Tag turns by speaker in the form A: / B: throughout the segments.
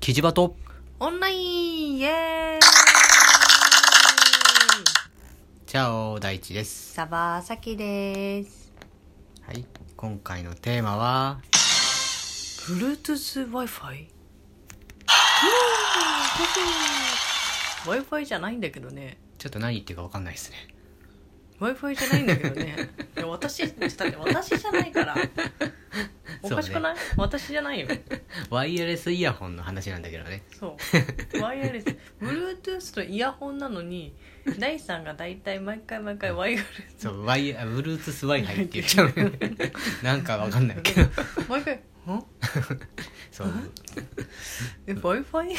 A: キジバト
B: オンラインイエーイ
A: チャオ大地です
B: サバサキです。
A: はい今回のテーマは
B: Bluetooth Wi-Fi? Wi-Fi じゃないんだけどね。
A: ちょっと何言ってるか分かんないですね
B: Wi-Fi じゃないんだけどね。いや私、だって私じゃないから。おかしくない、私じゃないよ。
A: ワイヤレスイヤホンの話なんだけどね
B: そう。ワイヤレス。Bluetooth とイヤホンなのに、ダイさんが大体毎回毎回ワイヤレス。
A: そうワイヤブルートゥースワイハイ って言っちゃうねなんか分かんないけど
B: 毎回、ん
A: そう
B: え、Wi-Fi?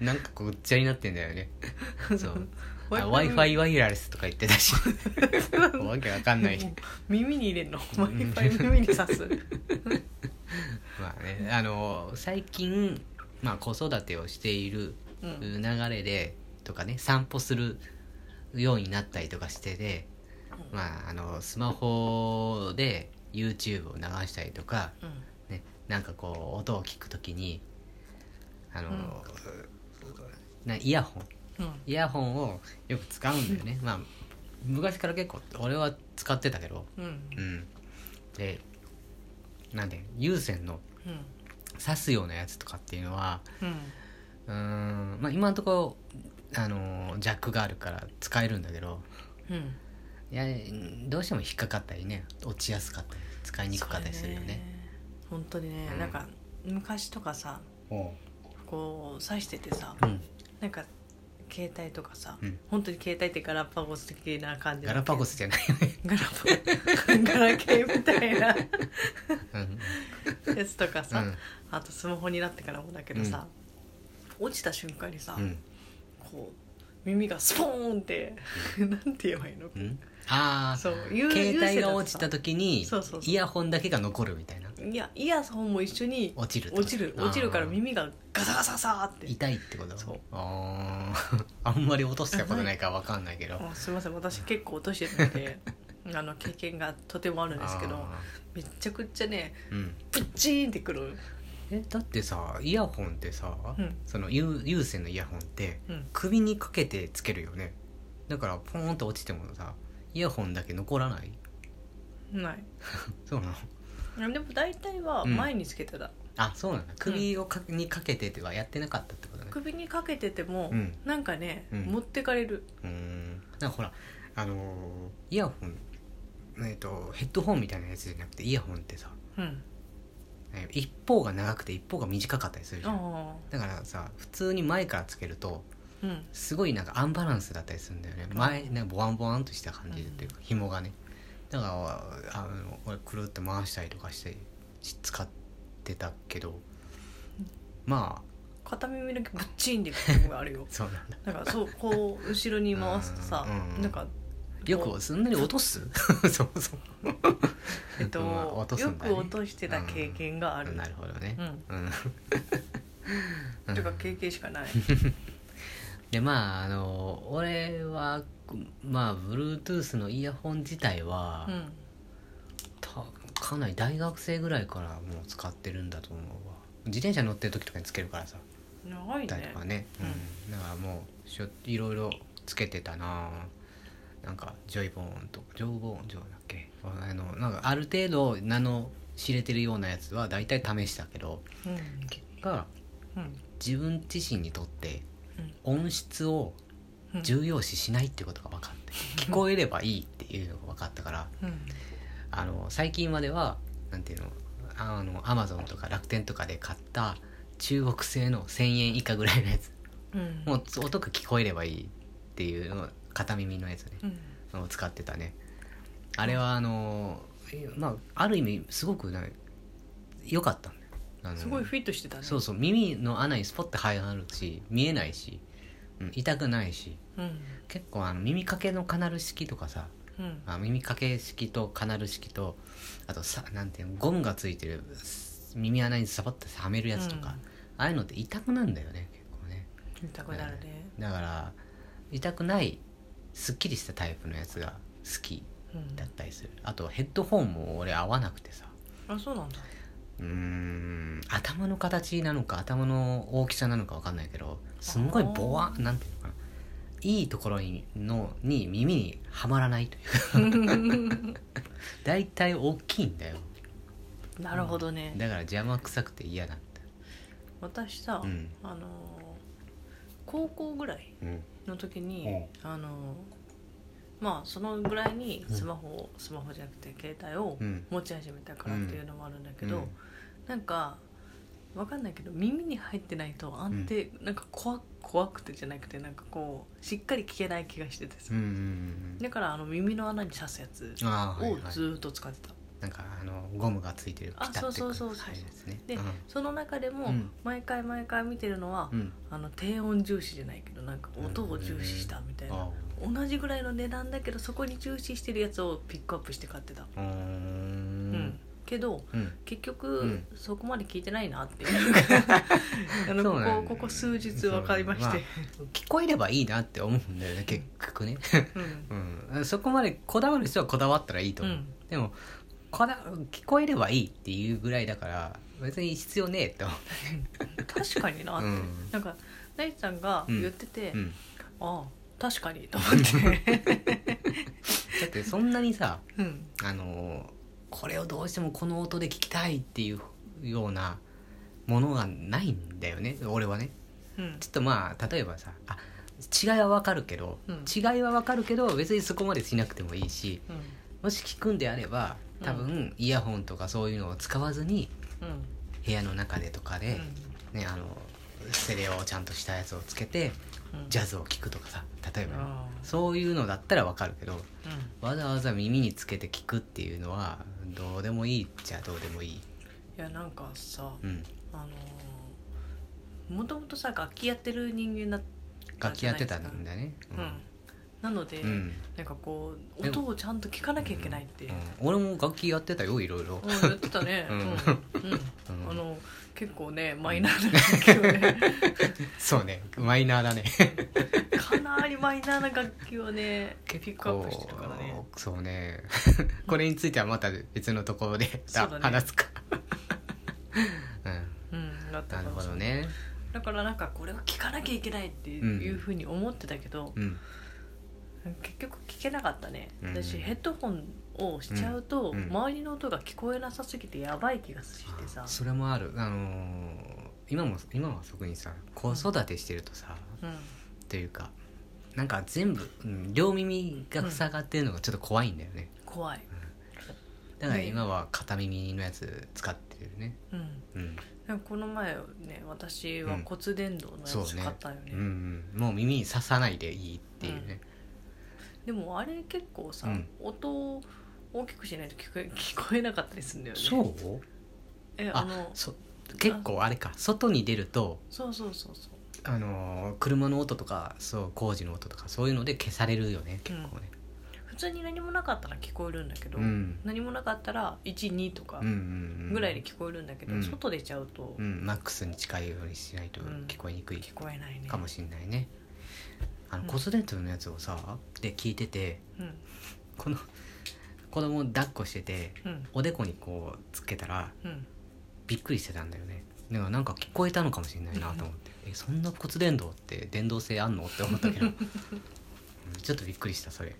A: なんかごっちゃになってんだよねそうあ
B: Wi-Fi
A: w i f i ワイヤレスとか言ってた しわけわかんない
B: もう耳に入れんの Wi-Fi 耳に 刺す
A: まあねあの最近、まあ、子育てをしている
B: うん
A: 流れで、とかね散歩するようになったりとかしてで、まあ、あのスマホで YouTube を流したりとか、
B: うん
A: ね、なんかこう音を聞くときにあの、なイヤホン
B: うん
A: イヤホンをよく使うんだよねまあ昔から結構俺は使ってたけど
B: うん
A: うんでなんで有線の
B: うん
A: 刺すようなやつとかっていうのは
B: うん
A: うーんまあ今のところあのージャックがあるから使えるんだけど
B: うん
A: いやどうしても引っかかったりね落ちやすかったり使いにくかったりするよね
B: そう本当にね、
A: うん
B: なんか昔とかさ
A: おう
B: こう刺しててさ
A: うん
B: なんか携帯とかさ、
A: うん
B: 本当に携帯ってガラパゴス的な感じ
A: ガラパゴスじゃないよね、
B: ガラパゴガラケーみた いな
A: うん
B: やつとかさ、
A: うん
B: あとスマホになってからもだけどさ、落ちた瞬間にさ、
A: うん
B: こう耳がスポーンって なんて言えばいいの、
A: うん、ああ
B: そう有
A: 携
B: 有線だと
A: 帯
B: さ
A: が落ちた時に
B: そうそうそう
A: イヤホンだけが残るみたいない
B: やイヤホンも一緒に
A: 落ちるってこと
B: 落ちる落ちるから
A: あー
B: 耳がガサガサガサって
A: 痛いってこと
B: そう
A: あー あんまり落としたことないから分かんないけど
B: あすみません私結構落としてたのであの経験がとてもあるんですけど
A: あ
B: めちゃくちゃね
A: ーうん
B: プッチーンってくる
A: えだってさイヤホンってさ、
B: うん
A: その有有線のイヤホンって
B: うん
A: 首にかけてつけるよねだからポーンと落ちてもさイヤホンだけ残らない
B: ない
A: そうなの
B: でも大体は
A: うん
B: 前につけてた、
A: あそうなんだ首をか、にかけてってはやってなかったってことね
B: 首にかけてても、
A: うん
B: なんかね、
A: うん
B: 持ってかれる
A: うーんなんかほらあのーイヤホンえっ、とヘッドホンみたいなやつじゃなくてイヤホンってさ
B: うん
A: え一方が長くて一方が短かったりするじゃん
B: あ
A: だからさ普通に前からつけると
B: あうん
A: すごいなんかアンバランスだったりするんだよね前ねボワンボワンとした感じっていうか紐がねだからあの俺くるって回したりとかしてし使ってたけどまあ
B: 片耳だけプッチーンってくるのがあるよ
A: そうなんだ
B: だからそうこう後ろに回すとさ、
A: うん
B: なんか
A: よくそんなに落とす そうそう
B: えっと、
A: まあ落とす
B: よ
A: んだね
B: く落としてた経験がある、
A: なるほどね
B: うん
A: うん、
B: というか経験しかない
A: でまああの俺はまあ Bluetooth のイヤホン自体は、
B: うん
A: たかなり大学生ぐらいからもう使ってるんだと思うわ自転車乗ってる時とかにつけるからさ
B: 長い
A: だ
B: ね
A: とかね、
B: うん
A: うん、だからもうしょいろいろつけてたななんかジョイボーンとかジョーボーンジョーだっけあのなんかある程度名の知れてるようなやつは大体試したけど
B: うん
A: 結果
B: うん
A: 自分自身にとって音質を
B: うん
A: 重要視しないってことが分か って聞こえればいいっていうのが分かったから
B: うん
A: あの最近まではなんていうのあのアマゾンとか楽天とかで買った中国製の1,000円以下ぐらいのやつ
B: うん
A: もう音が聞こえればいいっていうのを片耳のやつね
B: うん
A: を使ってたねあれはあのまあある意味すごくな良かったんだよあの
B: すごいフィットしてたね
A: そうそう耳の穴にスポッて入るし見えないし、うん、痛くないし
B: うん
A: 結構あの耳かけのカナル式とかさ
B: うん
A: あ耳掛け式とカナル式とあとさなんていうのゴムがついてるす耳穴にサバッてはめるやつとか、
B: うん
A: ああいうのって痛くなんだよね結構ね
B: 痛くなるね
A: だから痛くないすっきりしたタイプのやつが好き
B: うん
A: だったりするあとヘッドホンも俺合わなくてさ
B: あそうなんだ
A: うーん頭の形なのか頭の大きさなのかわかんないけどすんごいボワンなんていうのかないいところにのに耳にはまらないというか 大体大きいんだよ
B: なるほどね、
A: だから邪魔くさくて嫌なんだ
B: 私さ、
A: うん
B: あのー高校ぐらい
A: うん
B: の時に、あのーまあそのぐらいにスマホを、スマホじゃなくて携帯を
A: うん
B: 持ち始めたからっていうのもあるんだけど、
A: うん
B: なんかわかんないけど耳に入ってないと安定、なんか怖怖くてじゃなくてなんかこうしっかり聞けない気がしててさ、
A: うんうんうん
B: だからあの耳の穴に刺すやつ
A: ああはい
B: を
A: はい
B: ずーっと使ってた、
A: なんかあのゴムがついてる
B: あ
A: ピタッてく
B: そうそうそうそう
A: はいですね
B: でその中で
A: う
B: も
A: ん
B: 毎回毎回見てるのは、
A: うんうん
B: あの低音重視じゃないけどなんか音を重視したみたいな、
A: あ
B: 同じぐらいの値段だけどそこに重視してるやつをピックアップして買ってた、
A: あうー
B: うん
A: ん
B: けど
A: うん
B: 結
A: う
B: 局
A: ん
B: そこまで聞いてないなっていう かあの
A: そうなんだ
B: ここここ数日分かりまして、
A: 聞こえればいいなって思うんだよね結局ね、
B: うん
A: うん、そこまでこだわる人はこだわったらいいと思う、
B: うん
A: でもこだ聞こえればいいっていうぐらいだから別に必要ねえって思
B: 確かになって、
A: うん
B: なんか大地さんが言ってて、
A: う、うん、
B: ああ確かにと思って、
A: だってそんなにさ
B: うん、
A: あのこれをどうしてもこの音で聞きたいっていうようなものがないんだよね俺はね
B: うん
A: ちょっとまあ例えばさあ違いはわかるけど、
B: うん
A: 違いはわかるけど別にそこまでしなくてもいいし
B: うん
A: もし聞くんであれば多分イヤホンとかそういうのを使わずに
B: うん
A: 部屋の中でとか
B: う
A: で、ね、あのステレオをちゃんとしたやつをつけて
B: ん
A: ジャズを聴くとかさ例えばね、
B: あー
A: そういうのだったらわかるけど
B: うん
A: わざわざ耳につけて聴くっていうのはどうでもいいじゃどうでもいい、
B: いやなんかさ
A: うん、
B: あのー、もともとさ楽器やってる人間だ
A: 楽器やってた
B: じゃない
A: ん
B: で
A: だね
B: すかうんなので、
A: うん、うん
B: なんかこう
A: でも
B: 音をちゃんと聞かなきゃいけないって、うん
A: うん俺も楽器やってたよいろいろ、
B: やってたね、
A: う
B: うんんうん
A: うん
B: あの結構ねマイナーな楽器をね
A: そうねマイナーだね
B: かなりマイナーな楽器をねピ
A: 結
B: ックアップしてるからね
A: 構そうね これについてはまた別のところで
B: そうだね
A: 話すか、
B: うんだっ
A: うん、
B: た
A: な
B: か
A: る
B: も
A: ほ
B: しれ
A: ど
B: ない
A: ね
B: だからなんかこれを聞かなきゃいけないっていうふうに思ってたけど、
A: うん
B: 結局聞けなかったね、
A: うん
B: 私ヘッドホンをしちゃうと、
A: うんうん
B: 周りの音が聞こえなさすぎてやばい気がしてさ
A: それもあるあのー今も今は特にさ子育てしてるとさ、
B: うん
A: というかなんか全部、うん両耳が塞がってるのがちょっと怖いんだよね、
B: 怖い、
A: だから今は片耳のやつ使ってるね
B: うん、
A: うん、
B: なんかこの前ね私は骨伝導のや
A: そう
B: つ
A: ね
B: 買ったよね,、
A: うんうんもう耳に刺さないでいいっていうね、
B: でもあれ結構さ、
A: うん
B: 音を大きくしないと聞こえ 聞こえなかったりするんだよね
A: そう
B: えあ
A: あ
B: の
A: そ結構あれか外に出ると
B: そうそうそうそう
A: あのー車の音とかそう工事の音とかそういうので消されるよね結構ね、
B: 普通に何もなかったら聞こえるんだけど、
A: うん
B: 何もなかったら12とか
A: うんうんうん
B: ぐらいで聞こえるんだけど、
A: うん
B: 外出ちゃうと
A: うん、マックスに近いようにしないと
B: うん
A: 聞こえにくい
B: 聞こえないね
A: かもしれないね、あの
B: うん
A: コスデントのやつをさで聞いてて
B: うん
A: この子供を抱っこしてて
B: うん
A: おでこにこうつけたら
B: うん
A: びっくりしてたんだよねだからなんか聞こえたのかもしれないなと思ってえそんな骨伝導って電動性あんのって思った けどうんちょっとびっくりしたそれ、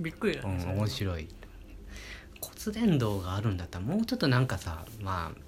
B: びっくりだ
A: う
B: ね
A: ん、
B: それ
A: 面白い骨伝導があるんだったらもうちょっとなんかさまあ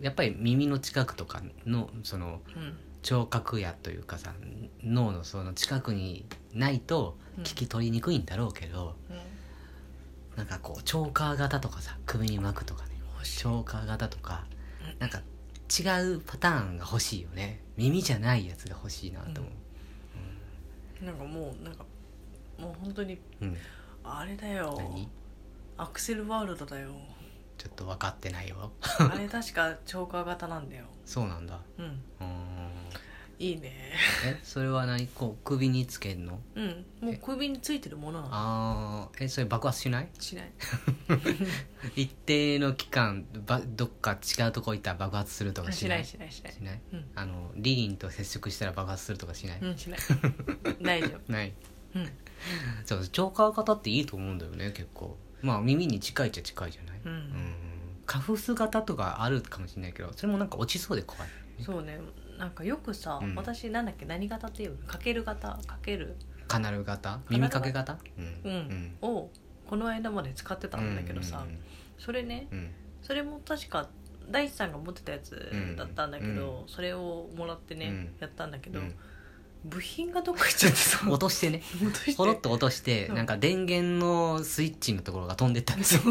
A: やっぱり耳の近くとかのその
B: うん
A: 聴覚野というかさ脳のその近くにないと聞き取りにくいんだろうけど、
B: う
A: なんかこうチョーカー型とかさ首に巻くとかねチョーカー型とか
B: うん
A: なんか違うパターンが欲しいよね耳じゃないやつが欲しいなと思
B: んなんかもうなんかもう本当に
A: う、うん
B: あれだよ
A: 何
B: アクセルワールドだよ
A: ちょっと分かってないよ
B: あれ確かチョーカー型なんだよ
A: そうなんだ
B: うん
A: うーん
B: いいね
A: えそれは何こう首につけんの
B: うんもう首についてるものなの
A: あーえそれ爆発し ない
B: しない
A: 一定の期間ばどっか違うとこ行ったら爆発するとかし
B: し
A: な
B: ないいしないしない
A: しない
B: うん
A: あのリリンと接触したら爆発するとかしない、
B: うんしない大丈
A: ない
B: 夫うん
A: そうチョーカー型っていいと思うんだよね結構まあ耳に近いっちゃ近いじゃない、
B: うん
A: うんカフス型とかあるかもしれないけどそれもなんか落ちそうで怖い、
B: そうねなんかよくさ、
A: うん
B: 私なんだっけ何型っていうのかける型かける
A: カナル型
B: ナル
A: 耳
B: 型
A: かけ型
B: うん、をこの間まで使ってたんだけどさ、それね
A: うんうん
B: それも確か大地さんが持ってたやつだったんだけど、それをもらってね、
A: うん
B: やったんだけ
A: うん
B: ど、部品がどっか行っちゃってさ
A: うん落としてね
B: 落として
A: ポロッと落として、
B: うん
A: なんか電源のスイッチのところが飛んでったんですよ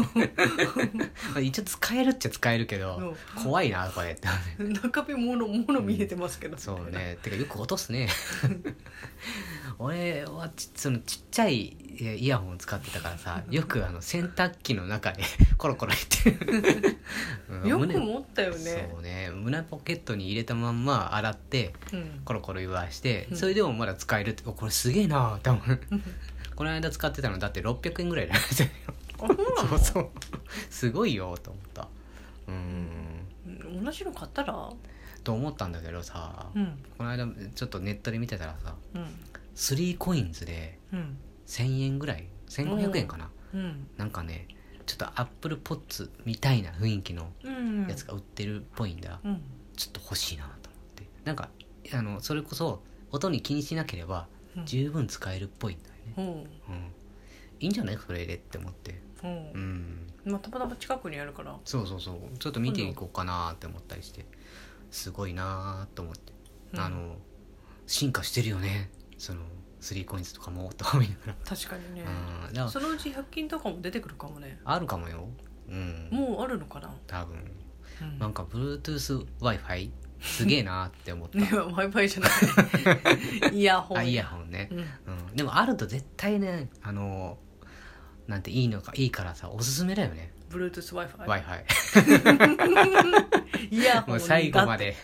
A: 一応使えるっちゃ使えるけど、
B: うん
A: 怖いなこれ って
B: 中身ものもの見えてますけど、
A: そうねてかよく落とす ね俺はちそのちっちゃいえイヤホンを使ってたからさよくあの洗濯機の中で コロコロ言って、うん
B: よく
A: 胸
B: 持ったよね
A: そうね胸ポケットに入れたまんま洗って
B: うん
A: コロコロ言わして
B: うん
A: それでもまだ使えるっておこれすげえな多 分この間使ってたのだって600円ぐらいだよ
B: あ そうな
A: そ
B: の
A: うそうすごいよと思ったうん
B: うん同じの買ったら
A: と思ったんだけどさ、
B: うん
A: この間ちょっとネットで見てたらさ
B: うん
A: スリーコインズで
B: うん
A: 1000円ぐらい1500円かな、
B: うん
A: なんかねちょっとアップルポッツみたいな雰囲気の
B: うん
A: やつが売ってるっぽいんだ、
B: うん
A: ちょっと欲しいなと思ってなんかあのそれこそ音に気にしなければ
B: うん
A: 十分使えるっぽいんだよね、
B: うん
A: うん、いいんじゃないそれでって思って
B: う
A: うんん
B: まあたまたま近くにあるから
A: そうそうそうちょっと見ていこうかなって思ったりしてすごいなーと思って、
B: うん
A: あの進化してるよねその 3COINS とかもとか思いながら
B: 確かにね
A: うんだから
B: そのうち100均とかも出てくるかもね
A: あるかもようん
B: もうあるのかな、
A: 多分
B: うん
A: なんか BluetoothWi-Fi すげえなーって思っ
B: いや
A: た
B: Wi-Fi じゃない イヤホン
A: あイヤホンね
B: う、ん
A: うん、でもあると絶対ねあのなんていいのかいいからさおすすめだよね
B: Bluetooth Wi-Fi
A: Wi-Fi
B: イヤホ
A: も
B: ン
A: う最後ま
B: で
A: で